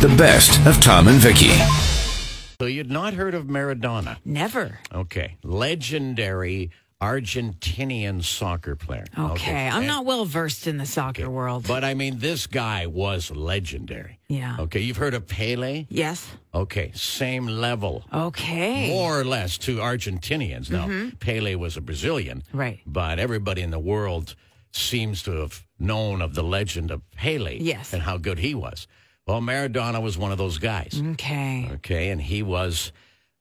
the best of Tom and Vicky. So you'd not heard of Maradona. Never. Okay. Legendary Argentinian soccer player. Okay. I'm not well versed in the soccer world. But I mean, this guy was legendary. Yeah. Okay. You've heard of Pele? yes. Okay. Same level. Okay. More or less to Argentinians. Now, Mm-hmm. Pele was a Brazilian. Right. But everybody in the world seems to have known of the legend of Pele Yes. and how good he was. Well, Maradona was one of those guys. Okay. Okay. And he was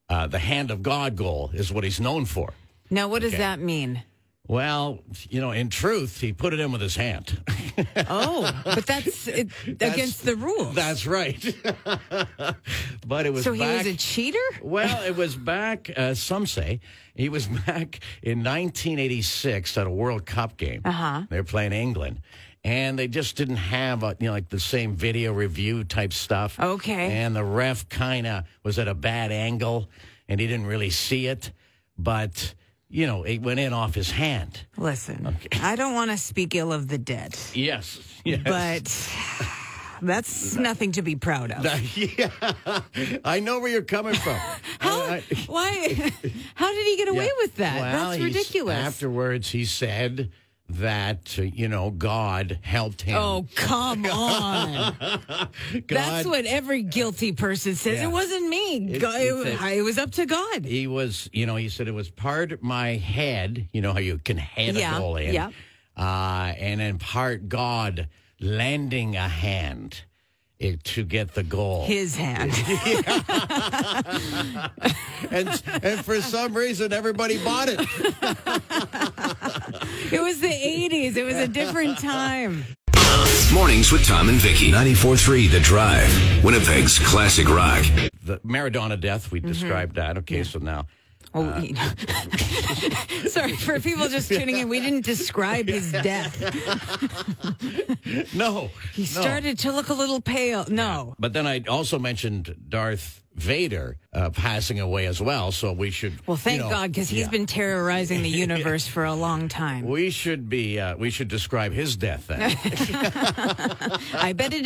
uh, the hand of God goal, is what he's known for. Now, what does that mean? Well, you know, in truth, he put it in with his hand. Oh, but that's, it, against the rules. That's right. but it was so he back, was a cheater? well, it was back. Uh, some say he was back in 1986 at a World Cup game. Uh-huh. They're playing England, and they just didn't have a, you know like the same video review type stuff. Okay. And the ref kind of was at a bad angle, and he didn't really see it, but you know it went in off his hand. Listen, I don't want to speak ill of the dead, Yes. Yes. but that's nothing to be proud of. yeah, I know where you're coming from. How, I- why? How did he get away Yeah. with that? Well, that's he's- ridiculous. Afterwards, he said that uh, you know God helped him. oh, come on. God, That's what every guilty person says. Yeah. It wasn't me. It- Go- it's It, a- I- it was up to God. he was. You know, he said it was part my head. You know how you can head Yeah, a goal in, yeah. uh, and in part God lending a hand uh, to get the goal. His hand. and and for some reason, everybody bought it. it was the 80s. It was a different time. Mornings with Tom and Vicky. 94.3 The Drive. Winnipeg's classic rock. The Maradona death. Mm-hmm. We described that. Okay, so now. Oh, Uh. he- sorry for people just tuning in. We didn't describe his death. No. He started to look a little pale. No. But then I also mentioned Darth Vader uh, passing away as well, so we should. Well, thank you know, God, because he's yeah. been terrorizing the universe for a long time. We should be. Uh, we should describe his death then. I bet it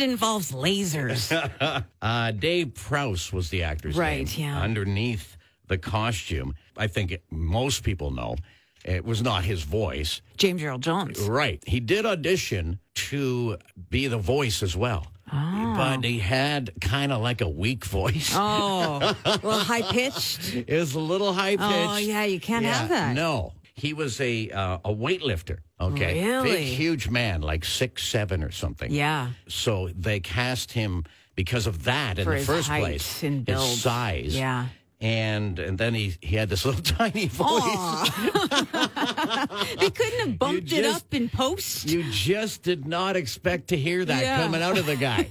involves lasers. uh, Dave Prouse was the actor's name. Right, yeah. Underneath the costume, I think it, most people know it was not his voice. James Earl Jones. Right. He did audition to be the voice as well, but he had kind of like a weak voice. Oh, well, high pitched. It was a little high pitched. Oh, yeah, you can't have that. No, he was a uh, a weightlifter. Okay, big Really? huge man, like six seven or something. Yeah. So they cast him because of that in For the his first height place, and build. his size. Yeah. And and then he he had this little tiny voice. They couldn't have bumped it just- up in post. You just did not expect to hear that Yeah. coming out of the guy.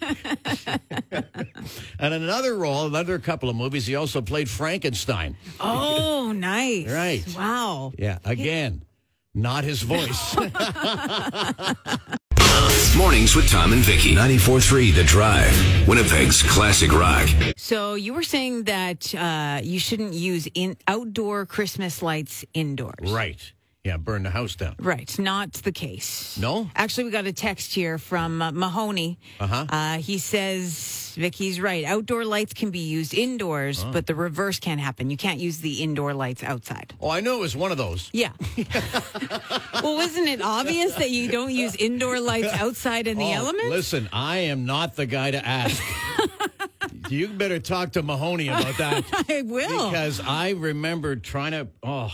and in another role, another couple of movies, he also played Frankenstein. oh, nice. Right. Wow. Yeah, again, not his voice. Mornings with Tom and Vicky. 94.3 The Drive. Winnipeg's classic rock. So you were saying that uh, you shouldn't use in outdoor Christmas lights indoors. Right. Yeah, burn the house down. Right, not the case. No? Actually, we got a text here from uh, Mahoney. Uh-huh. He says, Vic, he's right. Outdoor lights can be used indoors, but the reverse can't happen. You can't use the indoor lights outside. Oh, I knew it was one of those. Yeah. well, wasn't it obvious that you don't use indoor lights outside in the Oh, elements? Listen, I am not the guy to ask. you better talk to Mahoney about that I will. because I remember trying to. Oh,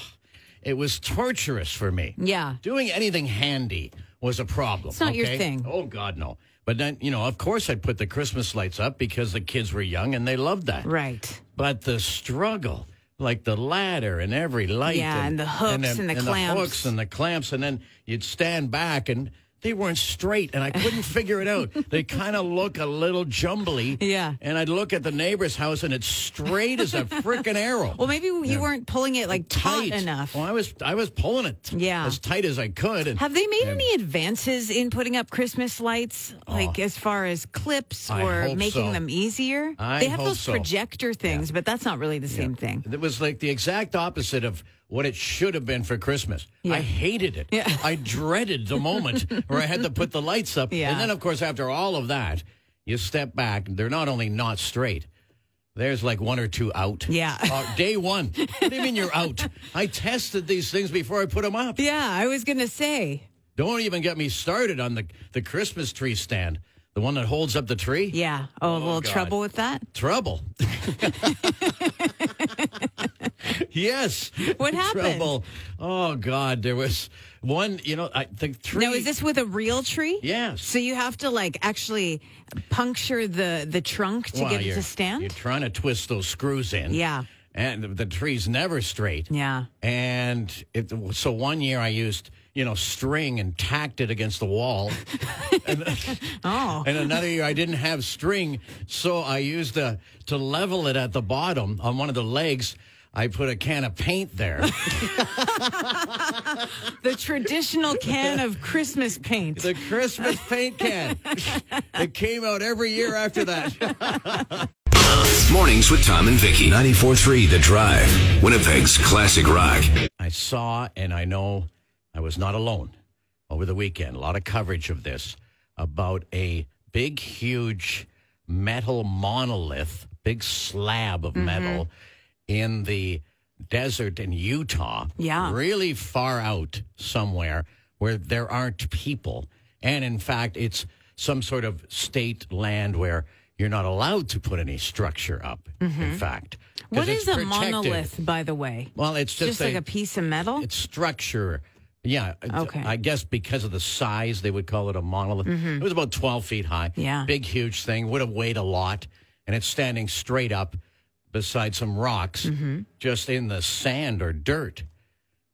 it was torturous for me. Yeah. Doing anything handy was a problem. It's not your okay? thing. Oh, God, no. But then, you know, of course I put the Christmas lights up because the kids were young and they loved that. Right. But the struggle, like the ladder and every light, Yeah, and the hooks and the clamps. hooks and the clamps, and then you'd stand back and they weren't straight, and I couldn't figure it out. They kind of look a little jumbly. Yeah. and I'd look at the neighbor's house, and it's straight as a freaking arrow. Well, maybe you weren't pulling it like tight, enough. Well, I was I was pulling it. Yeah. as tight as I could. And Have they made any advances in putting up Christmas lights, like as far as clips Oh. I or hope making so. them easier? I they have hope those so. projector things, but that's not really the same thing. It was like the exact opposite of what it should have been for Christmas. I hated it. I dreaded the moment where I had to put the lights up. Yeah. And then, of course, after all of that, You step back, they're not only not straight, there's like one or two out. Yeah. Uh, day one. What do you mean you're out? I tested these things before I put them up. Yeah, I was going to say. Don't even get me started on the, the Christmas tree stand, the one that holds up the tree. Yeah. Oh, a little God. trouble with that? Trouble. yes. What happened? Trouble. Oh God, there was one. You know, I think three. Now, is this with a real tree? Yes. So you have to like actually puncture the the trunk to Well, get it you're- to stand? You're trying to twist those screws in. Yeah. And the, the tree's never straight. Yeah. And it, so one year I used, you know, string and tacked it against the wall. Oh. and another year I didn't have string, so I used a, to level it at the bottom on one of the legs. I put a can of paint there. The traditional can of Christmas paint. the Christmas paint can. it came out every year after that. Mornings with Tom and Vicky. 94.3 The Drive. Winnipeg's classic rock. I saw and I know I was not alone over the weekend. A lot of coverage of this about a big, huge metal monolith, big slab of Mm-hmm. metal in the desert in Utah. Yeah. Really far out somewhere where there aren't people. And in fact, it's some sort of state land where you're not allowed to put any structure up, in fact. 'cause Mm-hmm. What it's is a protected. monolith, by the way? Well, it's just, Just like a piece of metal? its structure. Yeah. it- Okay. Mm-hmm. I guess because of the size, they would call it a monolith. It was about 12 feet high. Yeah. Big, huge thing. Would have weighed a lot. And it's standing straight up beside some rocks Mm-hmm. just in the sand or dirt.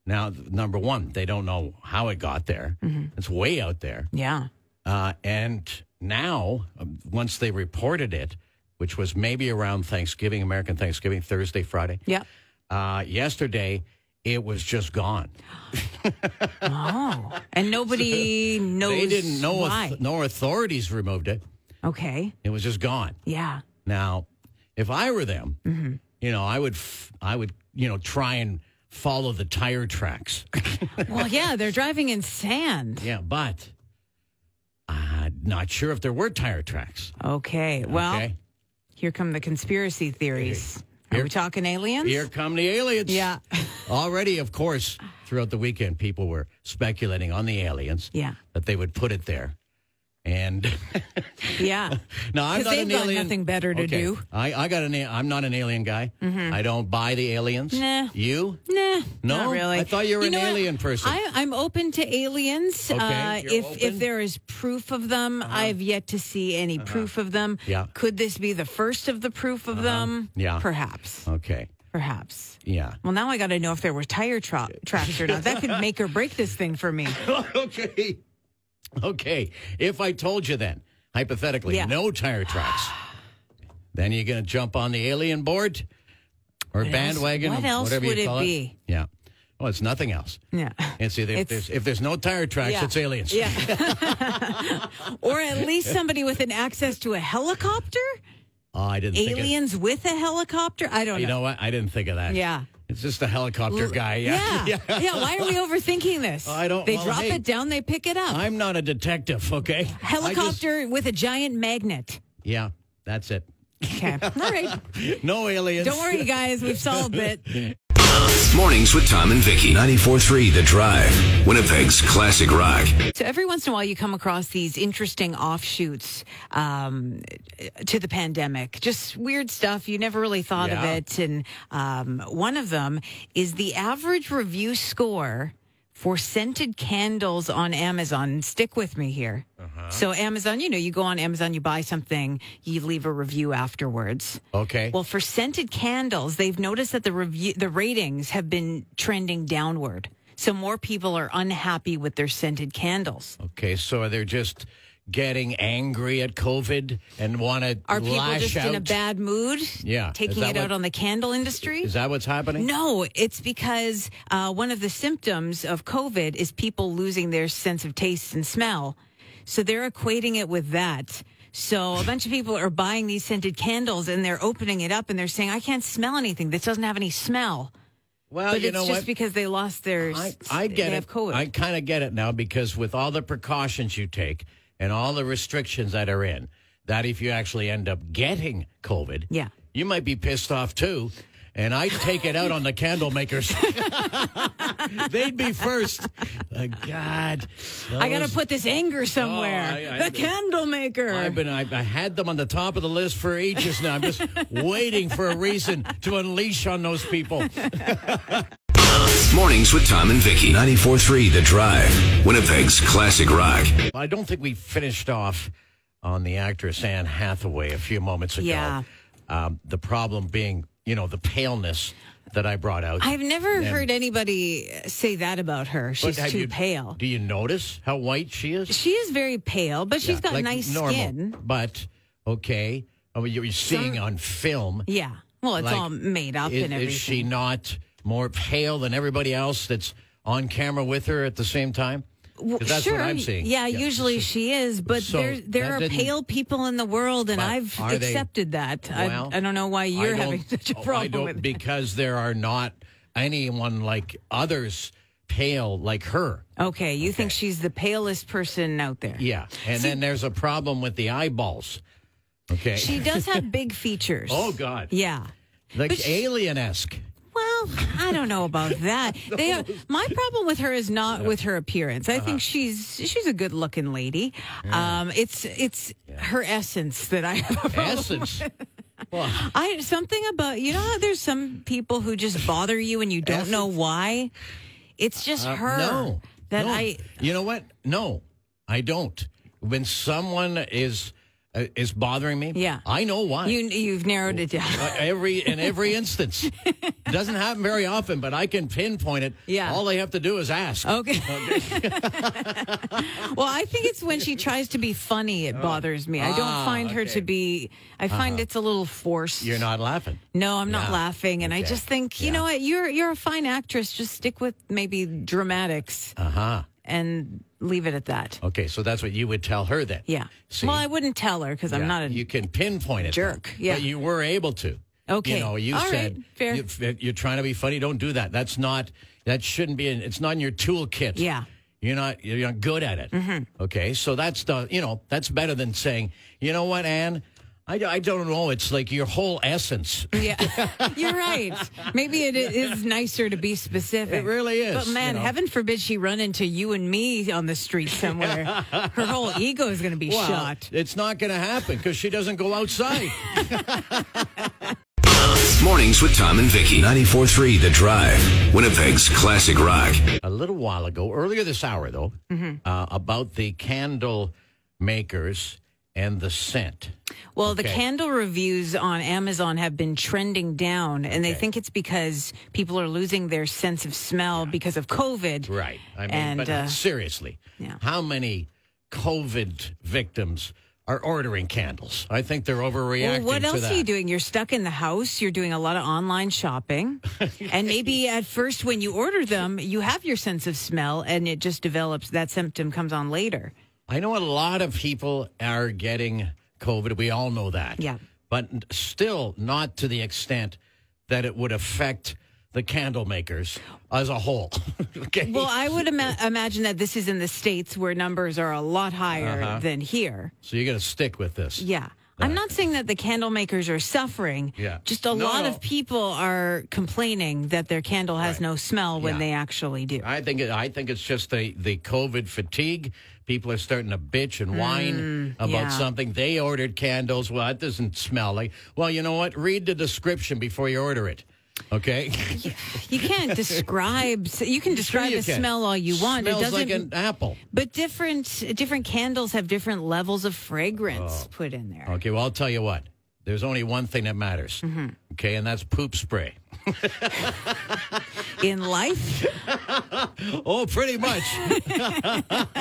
Now, th- number one, they don't know how it got there. Mm-hmm. It's way out there. Yeah. Uh, and now, um, once they reported it, which was maybe around Thanksgiving, American Thanksgiving, Thursday, Friday. Yep. Uh, yesterday, it was just gone. Oh. And nobody knows They didn't know. why. no authorities removed it. okay. It was just gone. Yeah. Now, if I were them, Mm-hmm. you know, I would, f- I would, you know, try and follow the tire tracks. Well, yeah, they're driving in sand. yeah, but uh, not sure if there were tire tracks. Okay. Well, Okay, here come the conspiracy theories. Are we talking aliens? here come the aliens. Yeah. Already, of course, throughout the weekend, people were speculating on the aliens. Yeah. That they would put it there, and. Yeah. No, I'm 'Cause not they've an got alien. nothing better to Okay. do. Mm-hmm. I, I got an. a- I'm not an alien guy. I don't buy the aliens. Nah. You? Nah, No? not really. I thought you were an know what? alien person. I, I'm open to aliens. Okay, uh, you're if open? Uh-huh. if there is proof of them, I've yet to see any proof of them. Yeah. Uh-huh. Could this be the first of the proof of them? Yeah. Perhaps. Okay. Perhaps. Yeah. Well, now I got to know if there were tire tra- tracks or not. That could make or break this thing for me. okay. Okay. If I told you then, hypothetically, Yeah. no tire tracks, then you're going to jump on the alien board or bandwagon. what or else whatever you would it call be? Yeah. Well, it's nothing else. Yeah. And see, if It's- there's, if there's no tire tracks, Yeah. it's aliens. Yeah. or at least somebody with an access to a helicopter? Oh, I didn't think of Aliens with a helicopter? I don't You know. know what? I didn't think of that. Yeah. It's just a helicopter guy. Yeah. yeah. Why are we overthinking this? I don't- They well, drop hey. it down, they pick it up. I'm not a detective, okay? I just- Helicopter with a giant magnet. yeah, that's it. Okay. All right. No aliens. Don't worry, guys. We've solved it. Mornings with Tom and Vicky. 94.3 The Drive. Winnipeg's classic rock. So every once in a while, you come across these interesting offshoots um, to the pandemic. Just weird stuff you never really thought of Yeah. it. And um, one of them is the average review score for scented candles on Amazon. Stick with me here. So Amazon, you know, you go on Amazon, you buy something, you leave a review afterwards. Okay. Well, for scented candles, they've noticed that the review, the ratings have been trending downward. So more people are unhappy with their scented candles. okay, so they're just getting angry at COVID and want to Are people lash just out. in a bad mood? Yeah. Is taking that it out what- on the candle industry. Is that what's happening? no, it's because uh, one of the symptoms of COVID is people losing their sense of taste and smell. So they're equating it with that. So a bunch of people are buying these scented candles and they're opening it up and they're saying, "I can't smell anything. This doesn't have any smell." Well, But Oh, you it's know just what? because they lost their. I, I get they it. Have COVID. I kind of get it now because with all the precautions you take and all the restrictions that are in, that if you actually end up getting COVID, Yeah. you might be pissed off too. And I'd take it out on the candle makers. They'd be first. Uh, God. I got those- to put this anger somewhere. Oh, I- I- the candle maker. I've been. I, I had them on the top of the list for ages now. I'm just waiting for a reason to unleash on those people. Mornings with Tom and Vicky. 94.3 The Drive. Winnipeg's classic rock. I don't think we finished off on the actress Anne Hathaway a few moments ago. Yeah. Um, the problem being, you know, the paleness that I brought out. I've never heard anybody say that about her. But She's have too you- pale. Do you notice how white she is? She is very pale, but she's got Like nice normal, skin. But okay, oh, you're seeing on film. Yeah. Well, it's Like, all made up Is, and is everything. she not more pale than everybody else that's on camera with her at the same time? 'Cause Well, that's sure. what I'm seeing. Yeah, usually she is, but So there there that are didn't- pale people in the world, and But I've are they- accepted that. Well, I, I don't know why I you're don't- having such a oh, I problem don't- with it. because there are not anyone like others pale like her. Okay, you think she's the palest person out there? Yeah, and then there's a problem with the eyeballs. Okay. She does have big features. oh God, Yeah. like alien esque. Well, I don't know about that. They are, my problem with her is not with her appearance. Uh-huh. I think she's she's a good looking lady. Um, it's it's her essence that I have a problem Essence. well, I something about you know how there's some people who just bother you and you don't know why. It's just Uh, her No, that no. I You know what? No, I don't. When someone is uh, is bothering me, Yeah. I know why. you you've narrowed it down. Uh, every in every instance, it doesn't happen very often, but I can pinpoint it. Yeah. all they have to do is ask. Okay. well, I think it's when she tries to be funny it bothers me. I don't Oh. Ah, find her okay. Uh-huh. to be. I find it's a little forced. You're not laughing. No, I'm not Yeah. laughing, and I Okay. just think you know what you're you're a fine actress. Just stick with maybe dramatics Uh huh. and leave it at that. Okay, so that's what you would tell her then. Yeah. Oh. See? Well, I wouldn't tell her because I'm Yeah, not a you can pinpoint it. jerk, though. yeah. But you were able to. Okay, You know, you all said right, fair. You, if you're trying to be funny. Don't do that. That's not. That shouldn't be. In, it's not in your toolkit. Yeah. Mm-hmm. You're not. You're not good at it. Okay. So that's the. You know, that's better than saying. You know what, Anne. I, I don't know. It's like your whole essence. Yeah, you're right. Maybe it is nicer to be specific. It really is, But man, you know. heaven forbid she run into you and me on the street somewhere. Her whole ego is going to be Well, shot. It's not going to happen because she doesn't go outside. Mornings with Tom and Vicky. 94.3 The Drive. Winnipeg's classic rock. a little while ago, earlier this hour though, Mm-hmm. uh, about the candle makers and the scent. Well, the okay. candle reviews on Amazon have been trending down, and they think it's because people are losing their sense of smell because of COVID. Right. I mean, and but uh, seriously, yeah. how many COVID victims are ordering candles? I think they're overreacting. Well, what to else that. are you doing? You're stuck in the house. You're doing a lot of online shopping. and maybe at first, when you order them, you have your sense of smell and it just develops. That symptom comes on later. I know a lot of people are getting COVID. We all know that. Yeah. But still not to the extent that it would affect the candle makers as a whole. okay. Well, I would ima- imagine that this is in the States where numbers are a lot higher Uh-huh. than here. so you're going to stick with this. Yeah. I'm not saying that the candle makers are suffering. Yeah. Just a No, lot no. of people are complaining that their candle has no smell when Yeah. they actually do. I think it, I think it's just the the COVID fatigue. People are starting to bitch and whine about Mm, yeah. something. They ordered candles. Well, it doesn't smell like. Well, you know what? Read the description before you order it. Okay. You can't describe, you can describe you the can. smell all you want. Smells it doesn't like an apple. But different different candles have different levels of Oh. fragrance put in there. Okay. Well, I'll tell you what. There's only one thing that matters. Mm-hmm. Okay, and that's poop spray. In life, Oh, pretty much.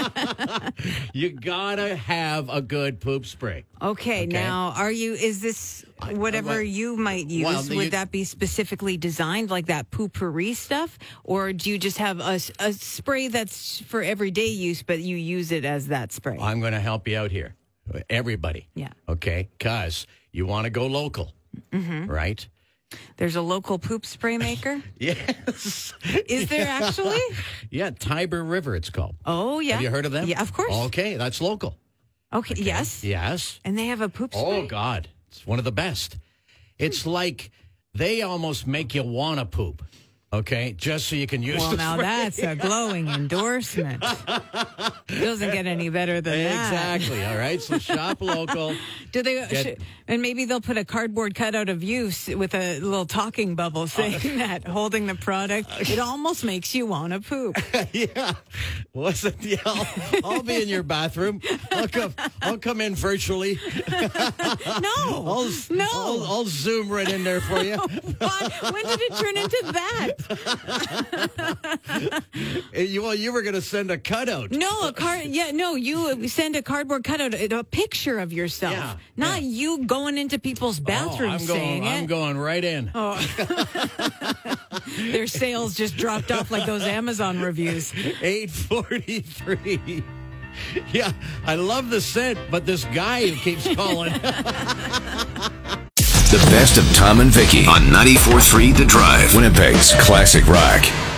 you gotta have a good poop spray. okay, Okay. Now, are you? Is this whatever well, you might use? well, would the- you- that be specifically designed like that poo pourri stuff, or do you just have a, s- a spray that's for everyday use, but you use it as that spray? I'm going to help you out here. Everybody. Yeah. Okay. Because you want to go local, Mm-hmm. right? There's a local poop spray maker. Yes. Is there actually? yeah. Tiber River, it's called. Oh yeah. Have you heard of them? Yeah, of course. Okay. That's local. Okay, yes. Yes. And they have a poop Oh spray? God, it's one of the best. It's Hmm. like they almost make you want to poop. Okay, just so you can use Well, the now spray. that's a glowing endorsement. Doesn't get any better than that. Exactly. All right. So shop local. Do they? Get- sh- and maybe they'll put a cardboard cutout of you s- with a little talking Oh. bubble saying that, holding the product. It almost makes you want to poop. yeah. What's it? Yeah. I'll, I'll be in your bathroom. I'll come. I'll come in virtually. No, I'll, no. I'll, I'll zoom right in there for you. Why- when did it turn into that? Eh, you well, you were gonna send a cutout. No, a card. Yeah, no. You send a cardboard cutout, a picture of yourself, Yeah, not you going into people's oh, bathrooms I'm saying going. it. Oh. I'm going right in. Their sales just dropped off like those Amazon reviews. 843. Yeah, I love the scent, but this guy who keeps calling. The best of Tom and Vicky on 94.3 The Drive, Winnipeg's classic rock.